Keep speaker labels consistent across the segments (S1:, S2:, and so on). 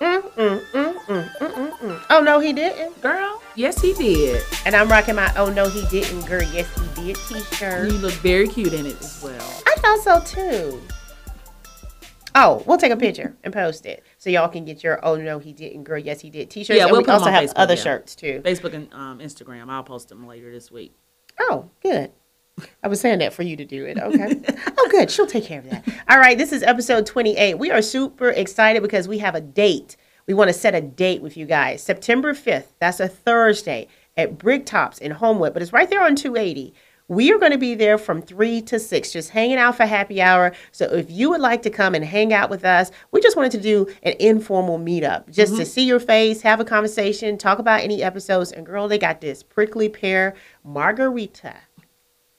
S1: Mm, mm, mm, mm, mm, mm, mm. Oh no, he didn't, girl.
S2: Yes, he did.
S1: And I'm rocking my "Oh no, he didn't, girl, yes he did"
S2: You
S1: T-shirt.
S2: look very cute in it as well.
S1: I thought so too. Oh, we'll take a picture and post it so y'all can get your "Oh no, he didn't, girl, yes he did" T-shirts.
S2: Yeah,
S1: and
S2: we'll
S1: we
S2: put 'em
S1: also
S2: on
S1: have
S2: Facebook,
S1: other
S2: yeah.
S1: shirts too.
S2: Facebook and um, Instagram. I'll post them later this week.
S1: Oh, good. I was saying that for you to do it. Okay. oh, good. She'll take care of that. All right. This is episode 28. We are super excited because we have a date. We want to set a date with you guys. September 5th. That's a Thursday at Brigtops in Homewood, but it's right there on 280. We are going to be there from 3 to 6, just hanging out for happy hour. So if you would like to come and hang out with us, we just wanted to do an informal meetup just to see your face, have a conversation, talk about any episodes. And girl, they got this prickly pear margarita.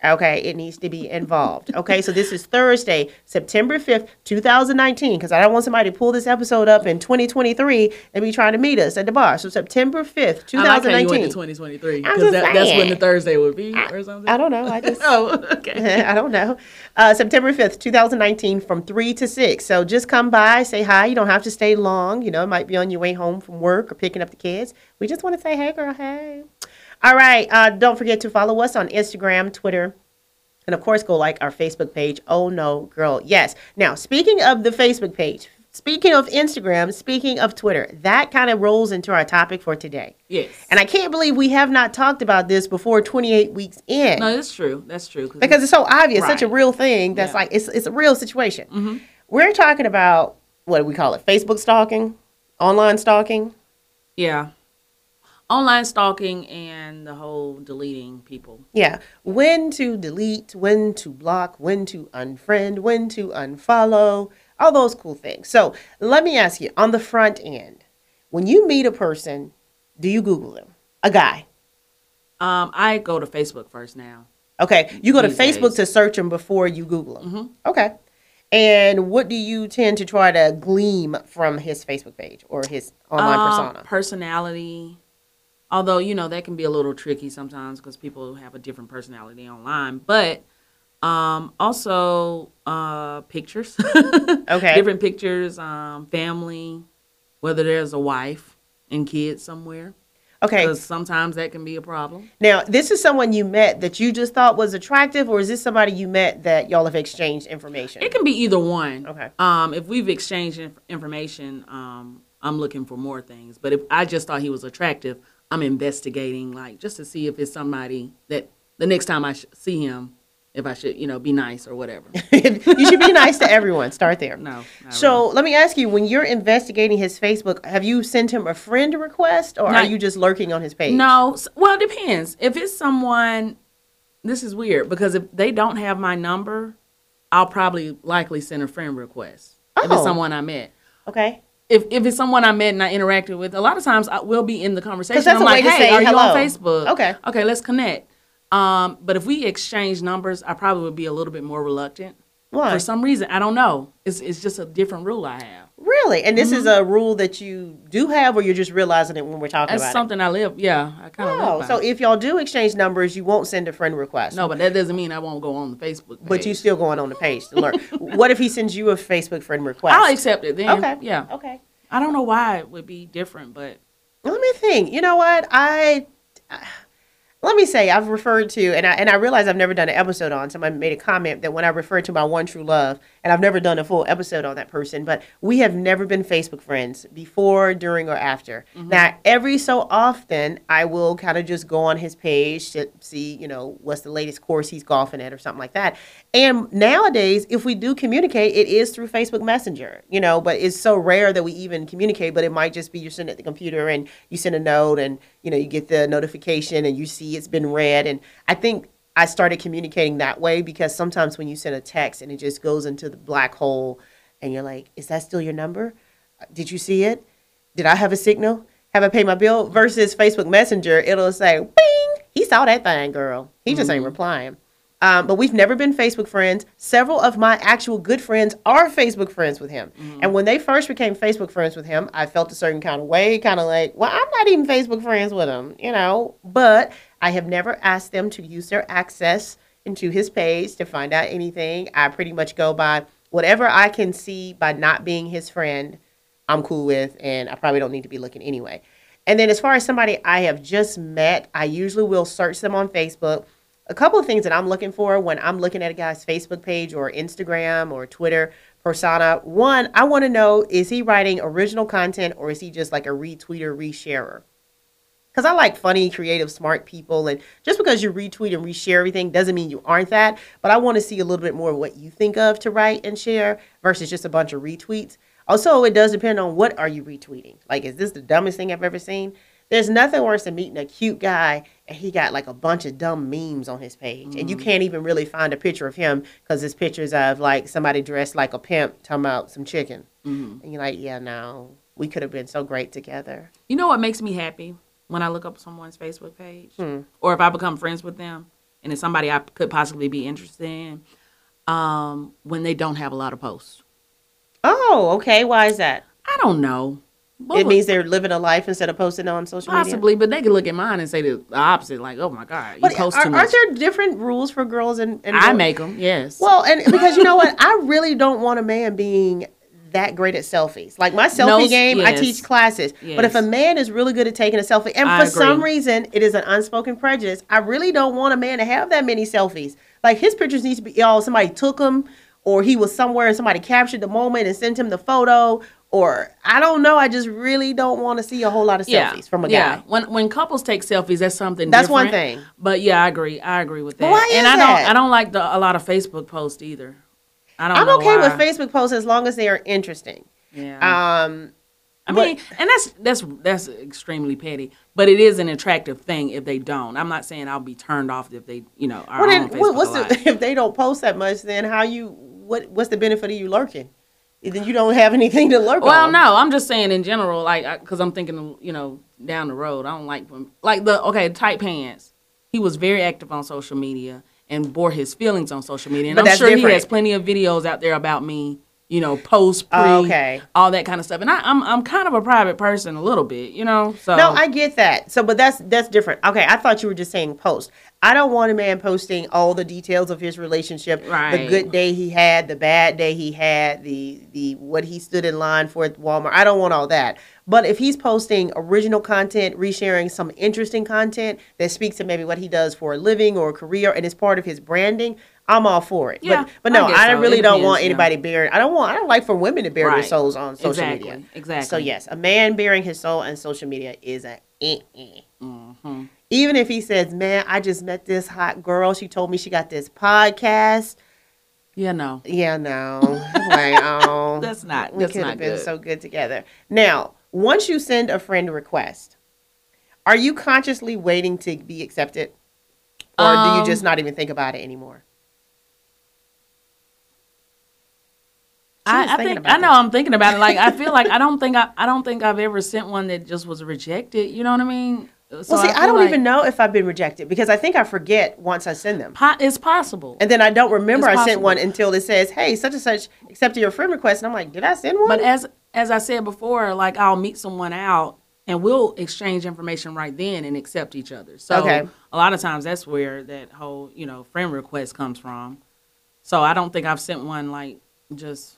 S1: Okay, it needs to be involved. Okay, so this is Thursday, September 5th, 2019, because I don't want somebody to pull this episode up in 2023 and be trying to meet us at the bar. So September 5th,
S2: I like how you went
S1: 2019.
S2: to 2023
S1: I'm
S2: because
S1: just
S2: that, that's when
S1: saying.
S2: the Thursday would be or something.
S1: I don't know. I just.
S2: Oh, okay.
S1: I don't know. Uh, September 5th, 2019, from 3 to 6. So just come by, say hi. You don't have to stay long. You know, it might be on your way home from work or picking up the kids. We just want to say, hey, girl, hey. All right. Uh, don't forget to follow us on Instagram, Twitter, and of course, go like our Facebook page. Oh no, girl. Yes. Now, speaking of the Facebook page, speaking of Instagram, speaking of Twitter, that kind of rolls into our topic for today.
S2: Yes.
S1: And I can't believe we have not talked about this before 28 weeks in
S2: no, that's true. That's true.
S1: because it's so obvious, such a
S2: Right.
S1: real thing that's
S2: Yeah. Mm-hmm.
S1: like it's it's a real situation. We're talking about what do we call it? Facebook stalking, online stalking.
S2: yeah, online stalking and the whole deleting people.
S1: Yeah, when to delete, when to block, when to unfriend, when to unfollow, all those cool things. So let me ask you on the front end, when you meet a person, do you Google them? A guy.
S2: Um, I go to Facebook first now.
S1: Okay, you go to
S2: These
S1: Facebook
S2: days. Mm-hmm.
S1: to search them before you Google them. Okay. And what do you tend to try to glean from his Facebook page or his online
S2: Um,
S1: persona?
S2: personality. Although you know that can be a little tricky sometimes because people have a different personality online, but um, also uh, pictures.
S1: Okay.
S2: different pictures, um, family, whether there's a wife and kids somewhere.
S1: Okay.
S2: Because sometimes that can be a problem.
S1: Now, this is someone you met that you just thought was attractive, or is this somebody you met that y'all have exchanged information?
S2: It can be either one.
S1: Okay.
S2: Um, if we've exchanged inf- information, um, I'm looking for more things. But if I just thought he was attractive, I'm investigating, like just to see if it's somebody that the next time I sh- see him, if I should, you know, be nice or whatever.
S1: you should be nice to everyone. Start there.
S2: No. not
S1: So let me ask you: When you're investigating his Facebook, have you sent him a friend request, or are
S2: Not-
S1: you just lurking on his page?
S2: No. s- Well, it depends. If it's someone, this is weird because if they don't have my number, I'll probably likely send a friend request. If
S1: Oh.
S2: it's someone I met.
S1: Okay.
S2: If, if it's someone I met and I interacted with, a lot of times I will be in the conversation.
S1: 'Cause that's
S2: I'm
S1: a way
S2: like,
S1: to
S2: hey,
S1: say
S2: are you on
S1: hello."
S2: Facebook?
S1: Okay.
S2: Okay, let's connect. Um, but if we exchange numbers, I probably would be a little bit more reluctant.
S1: Why?
S2: For some reason, I don't know. It's, it's just a different rule I have.
S1: Really? And this
S2: Mm-hmm.
S1: is a rule that you do have, or you're just realizing it when we're talking
S2: That's
S1: about it?
S2: something I live. Yeah, I kind of
S1: Oh,
S2: live by.
S1: so if y'all do exchange numbers, you won't send a friend request.
S2: no, but that doesn't mean I won't go on the Facebook.
S1: But
S2: page.
S1: you still going on the page to learn. what if he sends you a Facebook friend request?
S2: I'll accept it then.
S1: okay.
S2: Yeah.
S1: Okay.
S2: I don't know why it would be different, but
S1: Let me think. You know what? I let me say I've referred to and I and I realize I've never done an episode on. Somebody made a comment that when I refer to my one true love, and I've never done a full episode on that person, but we have never been Facebook friends before, during, or after. Now, every so often, I will kind of just go on his page to see, you know, what's the latest course he's golfing at or something like that. And nowadays, if we do communicate, it is through Facebook Messenger, you know, but it's so rare that we even communicate, but it might just be you're sitting at the computer and you send a note and, you know, you get the notification and you see it's been read. And I think I started communicating that way because sometimes when you send a text and it just goes into the black hole and you're like, is that still your number? Did you see it? Did I have a signal? Have I paid my bill? Versus Facebook Messenger, it'll say, bing, he saw that thing, girl. He just ain't replying. Um, but we've never been Facebook friends. Several of my actual good friends are Facebook friends with him. And when they first became Facebook friends with him, I felt a certain kind of way, kind of like, well, I'm not even Facebook friends with him, you know. But I have never asked them to use their access into his page to find out anything. I pretty much go by whatever I can see by not being his friend I'm cool with and I probably don't need to be looking anyway. And then as far as somebody I have just met, I usually will search them on Facebook. A couple of things that I'm looking for when I'm looking at a guy's Facebook page or Instagram or Twitter persona. One, I want to know is he writing original content or is he just like a retweeter, resharer? because I like funny, creative, smart people. And just because you retweet and reshare everything doesn't mean you aren't that. But I want to see a little bit more of what you think of to write and share versus just a bunch of retweets. Also, it does depend on what are you retweeting. Like, is this the dumbest thing I've ever seen? There's nothing worse than meeting a cute guy and he got like a bunch of dumb memes on his page, and you can't even really find a picture of him because his pictures of like somebody dressed like a pimp talking about some chicken,
S2: mm-hmm.
S1: and you're like, yeah, no, we could have been so great together.
S2: You know what makes me happy when I look up someone's Facebook page,
S1: Hmm.
S2: or if I become friends with them, and it's somebody I could possibly be interested in, um, when they don't have a lot of posts.
S1: Oh, okay. Why is that?
S2: I don't know. What
S1: it
S2: was-
S1: means they're living a life instead of posting on social media.
S2: possibly, but they could look at mine and say the the opposite. Like, oh my god, you
S1: But
S2: post
S1: are,
S2: too
S1: aren't
S2: much.
S1: there different rules for girls and, and
S2: I
S1: boys?
S2: make them. Yes.
S1: Well, and because you know what, I really don't want a man being that great at selfies. Like my selfie
S2: No,
S1: game, I
S2: yes.
S1: teach classes. But if a
S2: Yes.
S1: man is really good at taking a selfie, and
S2: I
S1: for
S2: agree.
S1: some reason it is an unspoken prejudice, I really don't want a man to have that many selfies. Like his pictures need to be y'all. Somebody took them, or he was somewhere and somebody captured the moment and sent him the photo. Or I don't know. I just really don't want to see a whole lot of selfies from a guy.
S2: yeah. When when couples take selfies, that's something.
S1: That's one
S2: different.
S1: thing.
S2: But yeah, I agree. I agree with that.
S1: why
S2: and
S1: is
S2: I
S1: that?
S2: don't. I don't like the, a lot of Facebook posts either. I don't.
S1: I'm
S2: know
S1: okay with
S2: why.
S1: Facebook posts as long as they are interesting.
S2: Yeah.
S1: Um,
S2: I mean, and that's that's that's extremely petty, but it is an attractive thing if they don't. I'm not saying I'll be turned off if they, you know, are
S1: well, then,
S2: on Facebook
S1: what, what's
S2: a
S1: the,
S2: lot.
S1: if they don't post that much? Then how you what what's the benefit of you lurking? Then you don't have anything to lurk
S2: Well,
S1: on.
S2: no, I'm just saying in general, like, because I'm thinking, you know, down the road, I don't like when- like the okay, tight pants. He was very active on social media and bore his feelings on social media, and
S1: But
S2: I'm
S1: that's
S2: sure he has
S1: different.
S2: plenty of videos out there about me, you know, post, pre,
S1: Oh, okay.
S2: all that kind of stuff. And I, I'm I'm kind of a private person a little bit, you know. So
S1: No, I get that. So, but that's that's different. Okay, I thought you were just saying post. I don't want a man posting all the details of his relationship, the
S2: Right.
S1: good day he had, the bad day he had, the the what he stood in line for at Walmart. I don't want all that. But if he's posting original content, resharing some interesting content that speaks to maybe what he does for a living or a career and is part of his branding, I'm all for it.
S2: Yeah,
S1: but, but no,
S2: I guess
S1: I,
S2: so.
S1: really
S2: It
S1: don't
S2: depends,
S1: want
S2: yeah.
S1: anybody bearing. I don't want. I don't like for women to bear their
S2: Right.
S1: souls on social
S2: Exactly,
S1: media. So
S2: exactly.
S1: yes, a man bearing his soul on social media is a eh, eh.
S2: Mm-hmm.
S1: Even if he says, "Man, I just met this hot girl. She told me she got this podcast."
S2: yeah, no,
S1: Yeah, no, like oh,
S2: That's not-
S1: We
S2: that's
S1: could have
S2: not
S1: been
S2: good.
S1: so good together. Now, once you send a friend request, are you consciously waiting to be accepted, or do you
S2: Um,
S1: just not even think about it anymore? She was
S2: I, I
S1: thinking
S2: think
S1: about
S2: I know.
S1: that.
S2: I'm thinking about it. Like I feel like I don't think I, I don't think I've ever sent one that just was rejected. You know what I mean? So
S1: Well, see, I,
S2: feel
S1: don't
S2: like
S1: even know if I've been rejected because I think I forget once I send them.
S2: po- it's possible.
S1: And then I don't remember
S2: It's
S1: I sent one
S2: possible.
S1: until it says, "Hey, such and such accepted your friend request," and I'm like, "Did I send one?"
S2: But as as I said before, like I'll meet someone out and we'll exchange information right then and accept each other. So
S1: Okay.
S2: a lot of times that's where that whole you know friend request comes from. So I don't think I've sent one like just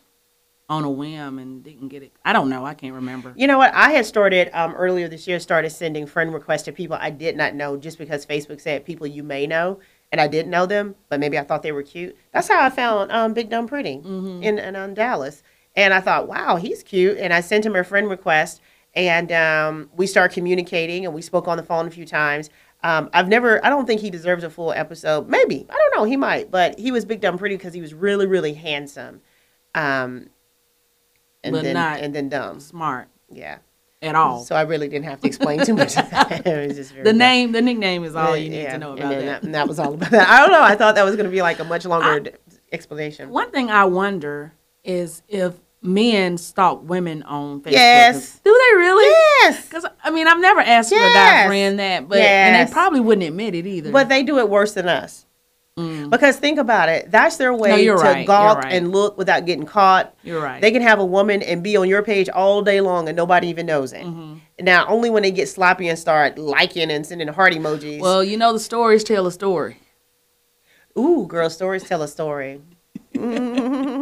S2: on a whim and didn't get it. I don't know. I can't remember.
S1: you know what? I had started um, earlier this year started sending friend requests to people I did not know just because Facebook said people you may know, and I didn't know them, but maybe I thought they were cute. That's how I found um, Big Dumb Pretty
S2: Mm-hmm.
S1: in, in um, Dallas, and I thought, "Wow, he's cute," and I sent him a friend request, and um, we started communicating, and we spoke on the phone a few times. Um, I've never, I don't think he deserves a full episode. Maybe I don't know, he might, but he was Big Dumb Pretty because he was really, really handsome. Um, and
S2: But
S1: then
S2: not-
S1: and then dumb.
S2: Smart
S1: Yeah.
S2: at all.
S1: So I really didn't have to explain too much. of that. It was just very
S2: Oh. the
S1: dumb.
S2: name, the nickname is all
S1: Yeah,
S2: you need
S1: yeah.
S2: to know
S1: And
S2: about
S1: then
S2: that.
S1: and that was all about that. I don't know. I thought that was going to be like a much longer d- explanation.
S2: One thing I wonder is if men stalk women on Facebook.
S1: Yes.
S2: Do they really?
S1: Yes.
S2: Because I mean, I've never asked for a guy
S1: Yes.
S2: friend that, but and
S1: Yes.
S2: they probably wouldn't admit it either.
S1: But they do it worse than us.
S2: Mm.
S1: Because think about it, that's their way
S2: you're
S1: to
S2: right. You're
S1: gawk
S2: right.
S1: and look without getting caught.
S2: You're right.
S1: They can have a woman and be on your page all day long and nobody even knows it.
S2: Mm-hmm.
S1: Now, only when they get sloppy and start liking and sending heart emojis.
S2: well, you know, the stories tell a story.
S1: Ooh, girl, stories tell a story. Mm-hmm.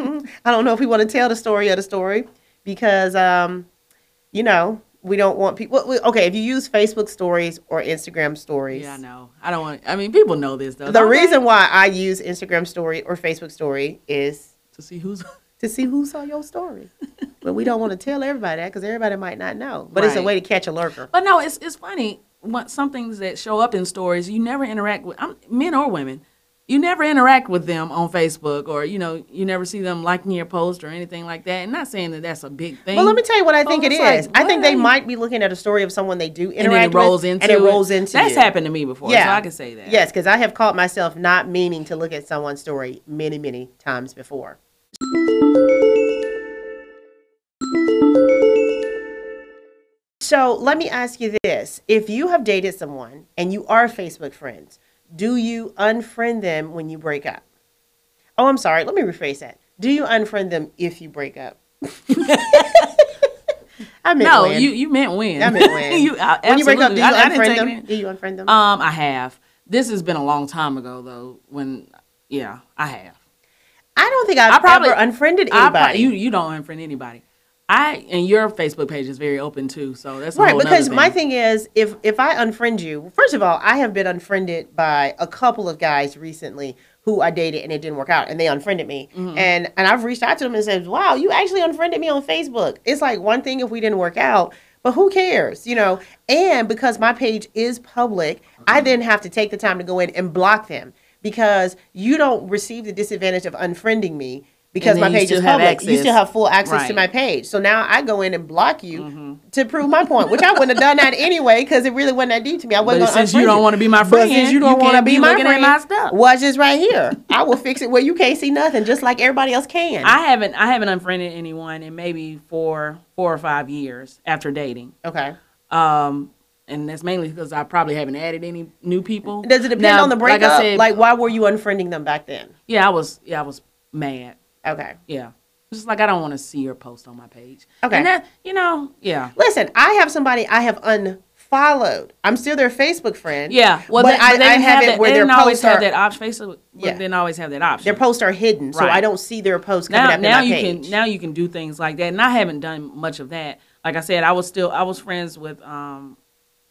S1: Mm, I don't know if we want to tell the story of the story because um, you know, we don't want people. well, we- Okay, if you use Facebook stories or Instagram stories,
S2: Yeah, I know. I don't want. I mean, people know this though.
S1: the
S2: don't they?
S1: reason why I use Instagram story or Facebook story is
S2: to see who's
S1: to see who saw your story. but we don't want to tell everybody that because everybody might not know. But it's a
S2: Right.
S1: way to catch a lurker.
S2: But no, it's it's funny. What some things that show up in stories, you never interact with I'm, men or women. You never interact with them on Facebook, or you know, you never see them liking your post or anything like that. And not saying that that's a big thing.
S1: Well, let me tell you what I think it
S2: it's like,
S1: is. I think
S2: what
S1: they
S2: are you-
S1: might be looking at a story of someone they do
S2: and
S1: interact
S2: then it rolls
S1: with,
S2: into
S1: and it rolls into
S2: That's
S1: you.
S2: happened to me before, so I can say that.
S1: Yes, because I have caught myself not meaning to look at someone's story many, many times before. So let me ask you this. If you have dated someone and you are Facebook friends, do you unfriend them when you break up? Oh, I'm sorry. Let me rephrase that. Do you unfriend them if you break up? I meant
S2: No,
S1: when.
S2: you you meant when.
S1: I meant when.
S2: you, I,
S1: when you break up, do
S2: absolutely.
S1: you
S2: I- I didn't
S1: unfriend
S2: take
S1: them?
S2: it in.
S1: Do you unfriend them?
S2: Um, I have. This has been a long time ago though. When yeah, I have.
S1: I don't think I've
S2: I probably-
S1: ever unfriended
S2: I
S1: anybody.
S2: pro- you you don't unfriend anybody. I and your Facebook page is very open too, so that's a
S1: right
S2: whole nother
S1: because my
S2: thing.
S1: thing is if if i unfriend you first of all i have been unfriended by a couple of guys recently who i dated and it didn't work out and they unfriended me
S2: Mm-hmm.
S1: and and i've reached out to them and said wow you actually unfriended me on facebook it's like one thing if we didn't work out but who cares you know and because my page is public i
S2: Mm-hmm.
S1: then have to take the time to go in and block them because you don't receive the disadvantage of unfriending me because
S2: then
S1: my
S2: you
S1: page
S2: still
S1: is
S2: have
S1: public you
S2: access.
S1: still have full access to
S2: Right. Mm-hmm.
S1: my page. So now I go in and block you to prove my point, which I wouldn't have done that anyway because it really wasn't that deep to me. I wasn't
S2: But
S1: gonna
S2: since you
S1: unfriend
S2: don't want to be my
S1: But
S2: friend,
S1: since you don't want to
S2: can't
S1: be, my
S2: looking
S1: friend,
S2: at my stuff.
S1: watch this right here. I will fix it where you can't see nothing, just like everybody else can.
S2: I haven't I haven't unfriended anyone in maybe four four or five years after dating.
S1: okay.
S2: Um, and that's mainly because I probably haven't added any new people.
S1: Does it depend
S2: Now,
S1: on the breakup? Like,
S2: Like I said,
S1: why were you unfriending them back then?
S2: yeah, I was yeah I was mad.
S1: Okay.
S2: Yeah, just like I don't want to see your post on my page.
S1: Okay.
S2: and that you know yeah.
S1: Listen, I have somebody I have unfollowed. I'm still their Facebook friend.
S2: Yeah, well,
S1: but
S2: they,
S1: I,
S2: but they
S1: I
S2: didn't
S1: have it
S2: that,
S1: where
S2: they
S1: their
S2: didn't always
S1: posts
S2: have
S1: are
S2: that option. Facebook
S1: Yeah.
S2: didn't always have that option.
S1: their posts are hidden, so
S2: Right.
S1: I don't see their posts coming
S2: now,
S1: up in
S2: now
S1: my
S2: you
S1: page.
S2: can now you can do things like that, and I haven't done much of that. Like I said, I was still I was friends with um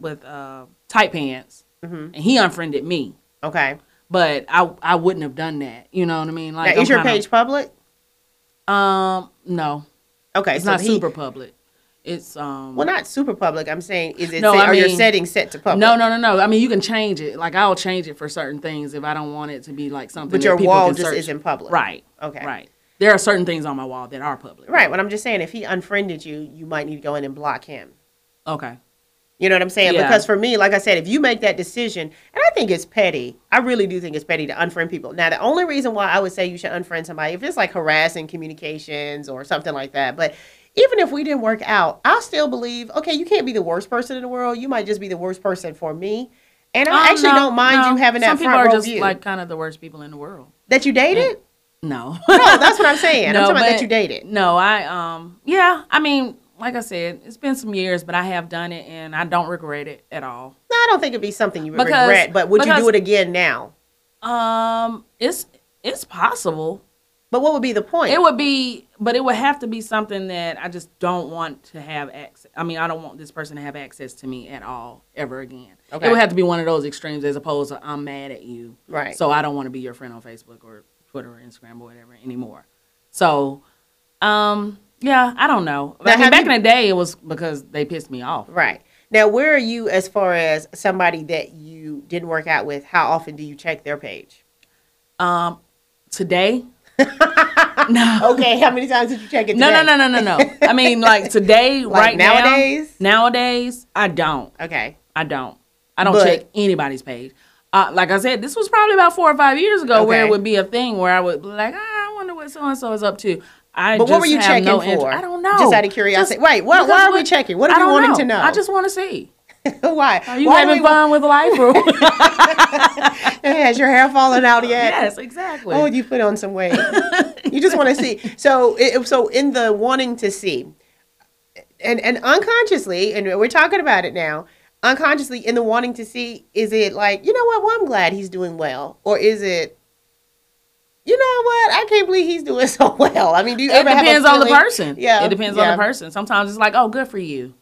S2: with uh tight pants, and he unfriended me,
S1: Mm-hmm. okay.
S2: but I I wouldn't have done that. You know what I mean? Like
S1: Now, is
S2: I'm
S1: your
S2: kinda-
S1: page public?
S2: Um, no,
S1: Okay,
S2: it's
S1: so
S2: not
S1: he-
S2: super public. It's um
S1: Well, not super public. I'm saying, is it?
S2: No,
S1: set,
S2: I
S1: are your
S2: mean-
S1: settings set to public?
S2: No, no, no, no. I mean, you can change it. Like I'll change it for certain things if I don't want it to be like something.
S1: But
S2: that
S1: your
S2: people
S1: wall
S2: can
S1: just
S2: search.
S1: isn't public.
S2: Right.
S1: Okay.
S2: Right. There are certain things on my wall that are public.
S1: Right. What I'm just saying, if he unfriended you, you might need to go in and block him.
S2: Okay.
S1: You know what I'm saying?
S2: Yeah.
S1: Because for me, like I said, if you make that decision, and I think it's petty. I really do think it's petty to unfriend people. Now, the only reason why I would say you should unfriend somebody if it's like harassing communications or something like that, but even if we didn't work out, I still believe, okay, you can't be the worst person in the world. You might just be the worst person for me. And I
S2: Um,
S1: actually
S2: no,
S1: don't mind
S2: no.
S1: you having
S2: Some
S1: that front
S2: people are
S1: row
S2: just
S1: view.
S2: like kind of the worst people in the world.
S1: that you dated?
S2: No.
S1: Mm. No, that's what I'm saying. I'm talking about that
S2: but-
S1: you dated.
S2: No, I um yeah, I mean, like I said, it's been some years, but I have done it and I don't regret it at all.
S1: No, I don't think it'd be something you would
S2: Because-
S1: regret, but would you do
S2: because-
S1: it again now?
S2: Um it's it's possible.
S1: But what would be the point?
S2: It would be but it would have to be something that I just don't want to have access I mean, I don't want this person to have access to me at all ever again.
S1: Okay.
S2: It would have to be one of those extremes as opposed to I'm mad at you.
S1: Right.
S2: So I don't want to be your friend on Facebook or Twitter or Instagram or whatever anymore. So, um, yeah, I don't know.
S1: Now,
S2: I mean,
S1: have
S2: back
S1: you-
S2: in the day, it was because they pissed me off.
S1: right. Now, where are you as far as somebody that you didn't work out with? How often do you check their page?
S2: Um, today, no,
S1: Okay, how many times did you check it?
S2: no, no,
S1: today?
S2: no, no, no, no. I mean, like today,
S1: Like
S2: right now-
S1: nowadays?
S2: nowadays, I don't.
S1: Okay.
S2: I don't. I don't
S1: But-
S2: check anybody's page. Uh, like I said, this was probably about four or five years ago where
S1: Okay.
S2: it would be a thing where I would be like, ah, I wonder what so and so is up to. I
S1: But what
S2: just
S1: were you
S2: have
S1: checking
S2: no
S1: for?
S2: interest- I don't know.
S1: Just out of curiosity. Wait, why- why
S2: because
S1: are we checking? What are
S2: I
S1: we
S2: don't
S1: wanting to know?
S2: I just want to see.
S1: Why?
S2: Are you
S1: Why
S2: having
S1: we-
S2: fun with life? Or
S1: Has your hair fallen out yet?
S2: yes, exactly.
S1: Oh, you put on some weight. you just want to see. So, it, so in the wanting to see, and and unconsciously, and we're talking about it now. Unconsciously, in the wanting to see, is it like you know what? Well, I'm glad he's doing well, or is it you know what? I can't believe he's doing so well. I mean, do you
S2: It
S1: ever have a
S2: depends on the
S1: feeling-
S2: person.
S1: Yeah,
S2: It depends
S1: yeah.
S2: on the person. Sometimes it's like, oh, good for you.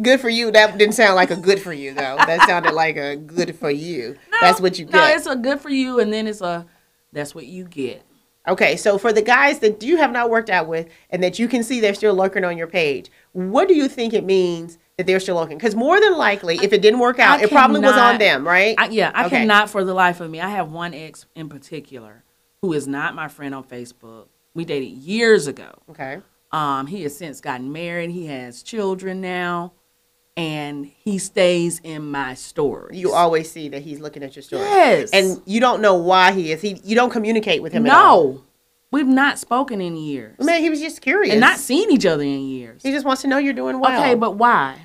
S1: Good for you. That didn't sound like a good for you though. That sounded like a good for you. That's what you get.
S2: No, it's a good for you, and then it's a that's what you get.
S1: Okay, so for the guys that you have not worked out with and that you can see they're still lurking on your page, what do you think it means that they're still lurking? Because more than likely, if it didn't work out,
S2: I
S1: it probably was on
S2: cannot-
S1: them, right?
S2: I, yeah, I
S1: Okay.
S2: cannot for the life of me. I have one ex in particular who is not my friend on Facebook. We dated years ago.
S1: okay.
S2: Um, he has since gotten married. He has children now, and he stays in my stories.
S1: You always see that he's looking at your story.
S2: Yes.
S1: And you don't know why he is. He you don't communicate with him at all.
S2: no, we've not spoken in years,
S1: Man, he was just curious.
S2: and not seen each other in years.
S1: he just wants to know you're doing well.
S2: Okay, but why?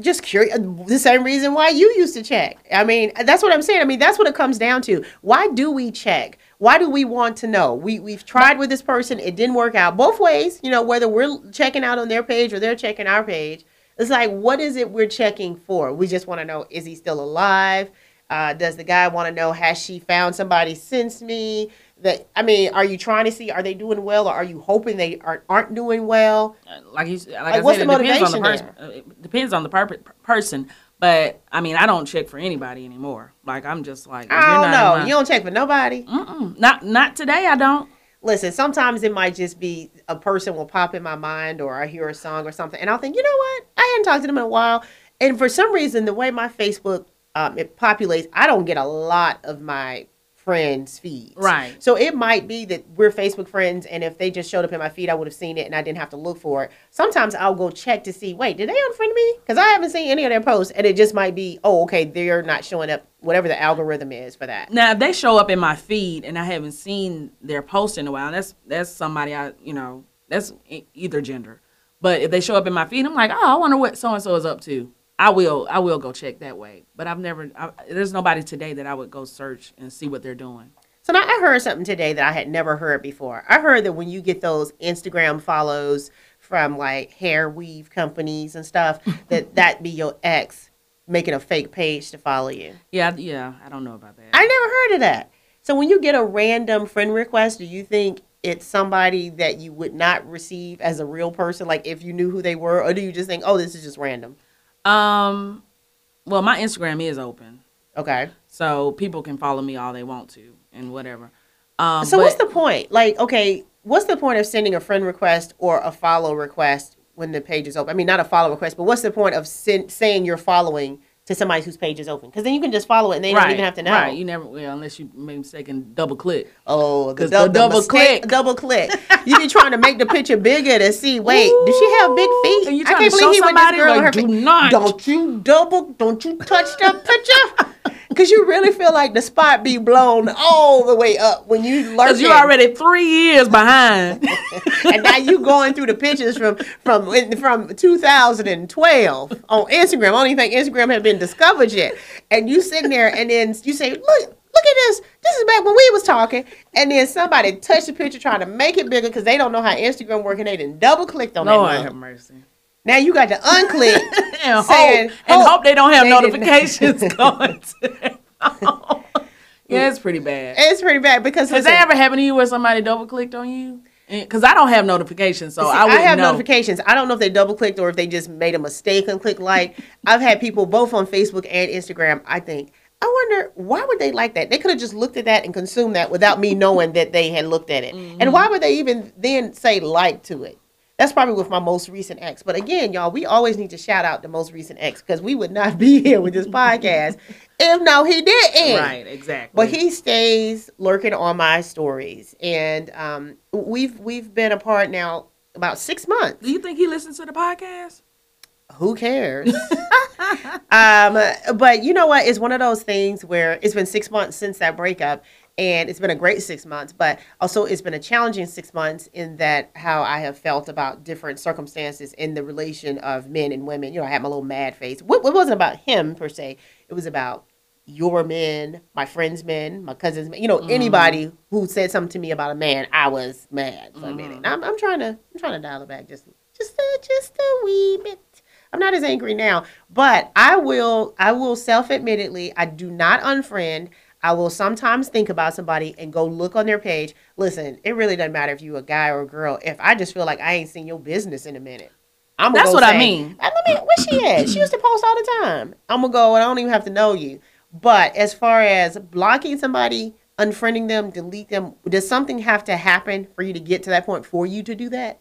S1: just curious the same reason why you used to check i mean that's what i'm saying i mean that's what it comes down to why do we check why do we want to know we, we've tried with this person it didn't work out both ways you know whether we're checking out on their page or they're checking our page it's like what is it we're checking for we just want to know is he still alive uh, does the guy want to know has she found somebody since me that i mean are you trying to see are they doing well or are you hoping they aren't, aren't doing well
S2: like you, s- like, I
S1: what's
S2: said,
S1: the
S2: it depends on the
S1: motivation
S2: person. It depends on the per- per- person. But I mean, I don't check for anybody anymore. Like I'm just like
S1: i don't know
S2: not
S1: you don't check for nobody
S2: know. Mm-mm. Not not today. I don't.
S1: Listen, sometimes it might just be a person will pop in my mind or I hear a song or something and I'll think, you know what? I hadn't talked to them in a while. And for some reason, the way my Facebook um, it populates, I don't get a lot of my friends' feeds.
S2: Right.
S1: So it might be that we're Facebook friends and if they just showed up in my feed, I would have seen it and I didn't have to look for it. Sometimes I'll go check to see, wait, did they unfriend me? Because I haven't seen any of their posts and it just might be, oh, okay, they're not showing up, whatever the algorithm is for that.
S2: Now if they show up in my feed and I haven't seen their post in a while. That's that's somebody I you know that's e- either gender. But if they show up in my feed, I'm like, oh, I wonder what so and so is up to. I will I will go check that way. But I've never. I, there's nobody today that I would go search and see what they're doing.
S1: So now I heard something today that I had never heard before. I heard that when you get those Instagram follows from like hair weave companies and stuff, that that be your ex making a fake page to follow you.
S2: Yeah, I- yeah. I don't know about that.
S1: I never heard of that. So when you get a random friend request, do you think it's somebody that you would not receive as a real person, like if you knew who they were, or do you just think, oh, this is just random?
S2: Um, well, my Instagram is open,
S1: Okay.
S2: so people can follow me all they want to and whatever. Um,
S1: So what's
S2: but
S1: the point? Like, okay, what's the point of sending a friend request or a follow request when the page is open? I mean, not a follow request, but what's the point of sen- saying you're following to somebody whose page is open? Because then you can just follow it and they don't even have to know.
S2: Right, you never will unless you make a mistake and double click.
S1: Oh, the,
S2: 'Cause
S1: dou-
S2: the
S1: the
S2: double
S1: mistake-
S2: click.
S1: double click. You be trying to make the picture bigger to see. Wait, does she have big feet?
S2: And you trying to show
S1: went
S2: somebody like,
S1: fi-
S2: do not.
S1: Don't you double? Don't you touch that picture? Because you really feel like the spot be blown all the way up when you lurk.
S2: Cause you're already three years behind.
S1: and now you going through the pictures from from from 2012 on Instagram. I don't even think Instagram had been discovered yet. And you sitting there, and then you say, "Look, look at this. This is back when we was talking." And then somebody touched the picture, trying to make it bigger because they don't know how Instagram working. they didn't double clicked on
S2: Lord
S1: that.
S2: have
S1: mug.
S2: mercy.
S1: Now you got to unclick.
S2: And
S1: Saying,
S2: hope and
S1: hope
S2: hope they don't have
S1: they didn't-
S2: notifications going. To their phone. yeah, it's pretty bad.
S1: it's pretty bad because
S2: Has
S1: listen,
S2: that ever happened to you where somebody double clicked on you? Because I don't have notifications, so
S1: See,
S2: I
S1: I,
S2: wouldn't
S1: have
S2: know.
S1: notifications. I don't know if they double clicked or if they just made a mistake and clicked like. I've had people both on Facebook and Instagram. I think. I wonder why would they like that? They could have just looked at that and consumed that without me knowing that they had looked at it. And
S2: Mm-hmm.
S1: why would they even then say like to it? That's probably with my most recent ex. But again, y'all, we always need to shout out the most recent ex because we would not be here with this podcast if no he didn't.
S2: Right, exactly.
S1: But he stays lurking on my stories, and um, we've we've been apart now about six months.
S2: Do you think he listens to the podcast?
S1: Who cares? um, but you know what? It's one of those things where it's been six months since that breakup, and it's been a great six months, but also it's been a challenging six months in that how I have felt about different circumstances in the relation of men and women. You know, I had my little mad face. What- It wasn't about him per se. It was about your men, my friends' men, my cousins' men, you know, anybody
S2: Mm-hmm.
S1: who said something to me about a man, I was mad for a minute. I'm, I'm trying to, I'm trying to dial it back just, just, a, just a wee bit. I'm not as angry now, but I will, I will self admittedly, I do not unfriend. I will sometimes think about somebody and go look on their page. Listen, it really doesn't matter if you a guy or a girl. If I just feel like I ain't seen your business in a minute, I'm
S2: That's
S1: go
S2: what I
S1: say,
S2: mean.
S1: I mean, where she at? She used to post all the time. I'm gonna go, and I don't even have to know you. But as far as blocking somebody, unfriending them, delete them, does something have to happen for you to get to that point for you to do that?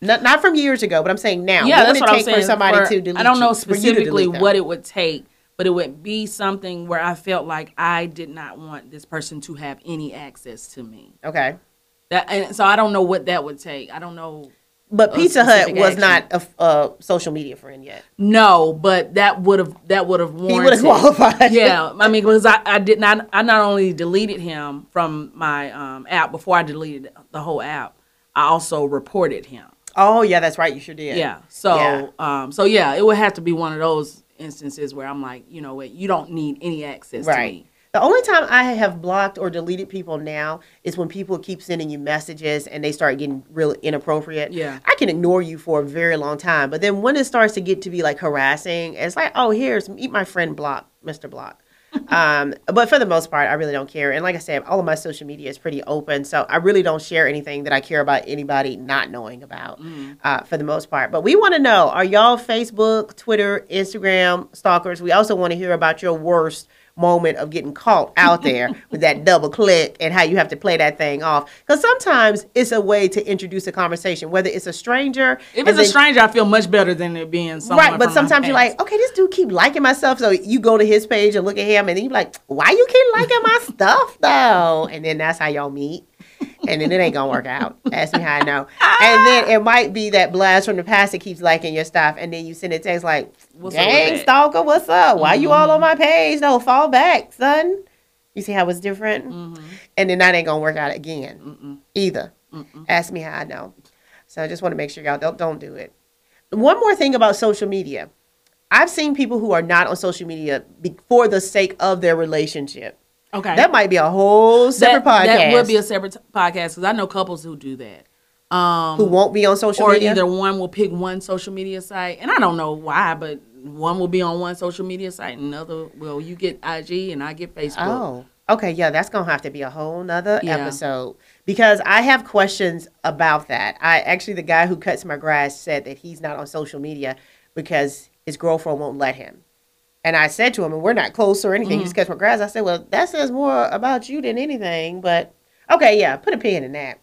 S1: Not not from years ago, but I'm saying now.
S2: yeah,
S1: what would
S2: that's what
S1: it
S2: I'm
S1: take
S2: saying.
S1: for somebody
S2: for-
S1: to delete
S2: I don't know
S1: you- for you to
S2: specifically
S1: delete them?
S2: what it would take, but it would be something where I felt like I did not want this person to have any access to me.
S1: Okay.
S2: That and so I don't know what that would take. I don't know.
S1: But
S2: a
S1: Pizza Hut
S2: specific
S1: was
S2: action.
S1: not a, a social media friend yet.
S2: No, but that would have that would have
S1: He would
S2: warranted.
S1: have qualified.
S2: yeah, I mean, because I, I did not I not only deleted him from my um, app before I deleted the whole app, I also reported him.
S1: Oh yeah, that's right. You sure did.
S2: Yeah. So
S1: Yeah.
S2: um so yeah, it would have to be one of those instances where I'm like, you know what, you don't need any access to
S1: Right.
S2: me.
S1: The only time I have blocked or deleted people now is when people keep sending you messages and they start getting real inappropriate.
S2: Yeah.
S1: I can ignore you for a very long time, but then when it starts to get to be like harassing, it's like, oh, here's meet my friend Block, Mr. Block. um, but for the most part, I really don't care. And like I said, all of my social media is pretty open, so I really don't share anything that I care about anybody not knowing about uh, for the most part. But we want to know: Are y'all Facebook, Twitter, Instagram stalkers? We also want to hear about your worst moment of getting caught out there with that double click and how you have to play that thing off. Because sometimes it's a way to introduce a conversation, whether it's a stranger.
S2: If
S1: and
S2: it's a
S1: then-
S2: stranger, I feel much better than it being someone.
S1: Right, but
S2: from my
S1: sometimes you're
S2: past.
S1: like, okay, this dude keep liking my stuff. So you go to his page and look at him, and then you're like, why you keep liking my stuff though? And then that's how y'all meet, and then it ain't gonna work out. Ask me how I know. And then it might be that blast from the past that keeps liking your stuff, and then you send a text like,
S2: What's up with
S1: dang
S2: that? Mm-hmm.
S1: stalker, what's up? Why you all on my page? No, fall back, son. You see how it's different,
S2: Mm. Mm-hmm,
S1: and then that ain't gonna work out again either. Ask me how I know. So I just want to make sure y'all don't don't do it. One more thing about social media. I've seen people who are not on social media be- for the sake of their relationship.
S2: okay,
S1: That might be a whole separate podcast.
S2: That would be a separate t- podcast because I know couples who do that. Um,
S1: who won't be on social
S2: or
S1: media.
S2: either one will pick one social media site, and I don't know why, but one will be on one social media site, and another well, you get IG and I get Facebook.
S1: Oh, okay. Yeah, that's gonna have to be a whole nother
S2: Yeah.
S1: episode because I have questions about that. I actually, the guy who cuts my grass said that he's not on social media because his girlfriend won't let him. And I said to him, and we're not close or anything. He
S2: Mm-hmm.
S1: just cuts my grass. I said, well, that says more about you than anything. But okay, yeah, put a pin in that.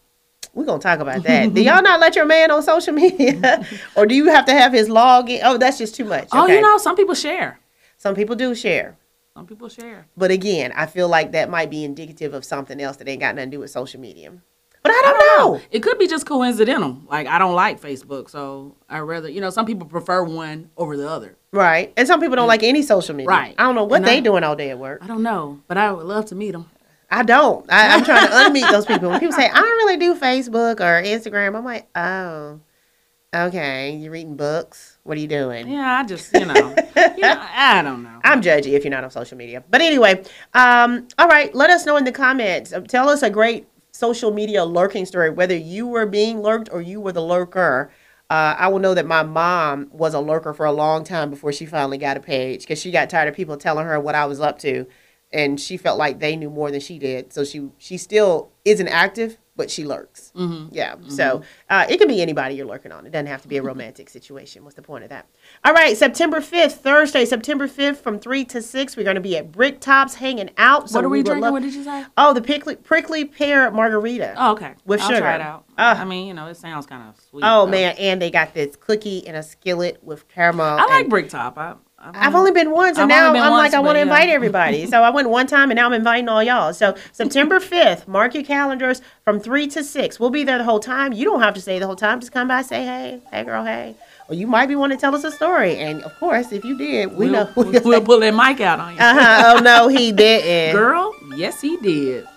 S1: We're gonna talk about that. do y'all not let your man on social media, or do you have to have his login? Oh, that's just too much.
S2: Oh,
S1: Okay.
S2: you know, some people share.
S1: some people do share.
S2: Some people share.
S1: But again, I feel like that might be indicative of something else that ain't got nothing to do with social media. But I don't, know.
S2: It could be just coincidental. Like I don't like Facebook, so I rather you know some people prefer one over the other.
S1: Right. And some people don't like any social media.
S2: Right.
S1: I don't know what
S2: And
S1: they
S2: I-
S1: doing all day at work.
S2: I don't know, but I would love to meet them.
S1: I don't. I, I'm trying to unmeet those people. When people say, I don't really do Facebook or Instagram, I'm like, oh, okay. You're reading books. What are you doing?
S2: Yeah, I just you know, you know, I don't know.
S1: I'm judgy if you're not on social media. But anyway, um, all right, let us know in the comments. Uh, Tell us a great social media lurking story, whether you were being lurked or you were the lurker. Uh, I will know that my mom was a lurker for a long time before she finally got a page because she got tired of people telling her what I was up to, and she felt like they knew more than she did. So she she still isn't active, but she lurks.
S2: Mm-hmm.
S1: Yeah. So uh, it could be anybody you're lurking on. It doesn't have to be a romantic situation. What's the point of that? All right, September 5th, Thursday, September 5th from 3 to 6. We're going to be at Brick Tops hanging out. So
S2: what are we,
S1: would
S2: drinking?
S1: love-
S2: what did you say?
S1: oh, the prickly, prickly pear margarita.
S2: Oh, okay.
S1: With
S2: I'll
S1: sugar.
S2: try it out.
S1: Ugh.
S2: I mean, you know, it sounds kind of sweet.
S1: Oh,
S2: though.
S1: man. And they got this cookie in a skillet with caramel.
S2: I like
S1: and-
S2: brick top. I, I've,
S1: I've only been once, and
S2: I've
S1: now
S2: only
S1: I'm
S2: been
S1: like,
S2: once,
S1: I want
S2: but
S1: to
S2: yeah.
S1: invite everybody. so I went one time, and now I'm inviting all y'all. So September 5th, mark your calendars from 3 to 6. We'll be there the whole time. You don't have to stay the whole time. Just come by, say hey, hey, girl, hey. Or you might be wanting to tell us a story. And of course, if you did, we
S2: we'll,
S1: know.
S2: we'll pull that mic out on you,
S1: uh-huh. Oh, no, he didn't.
S2: girl. Yes, he did.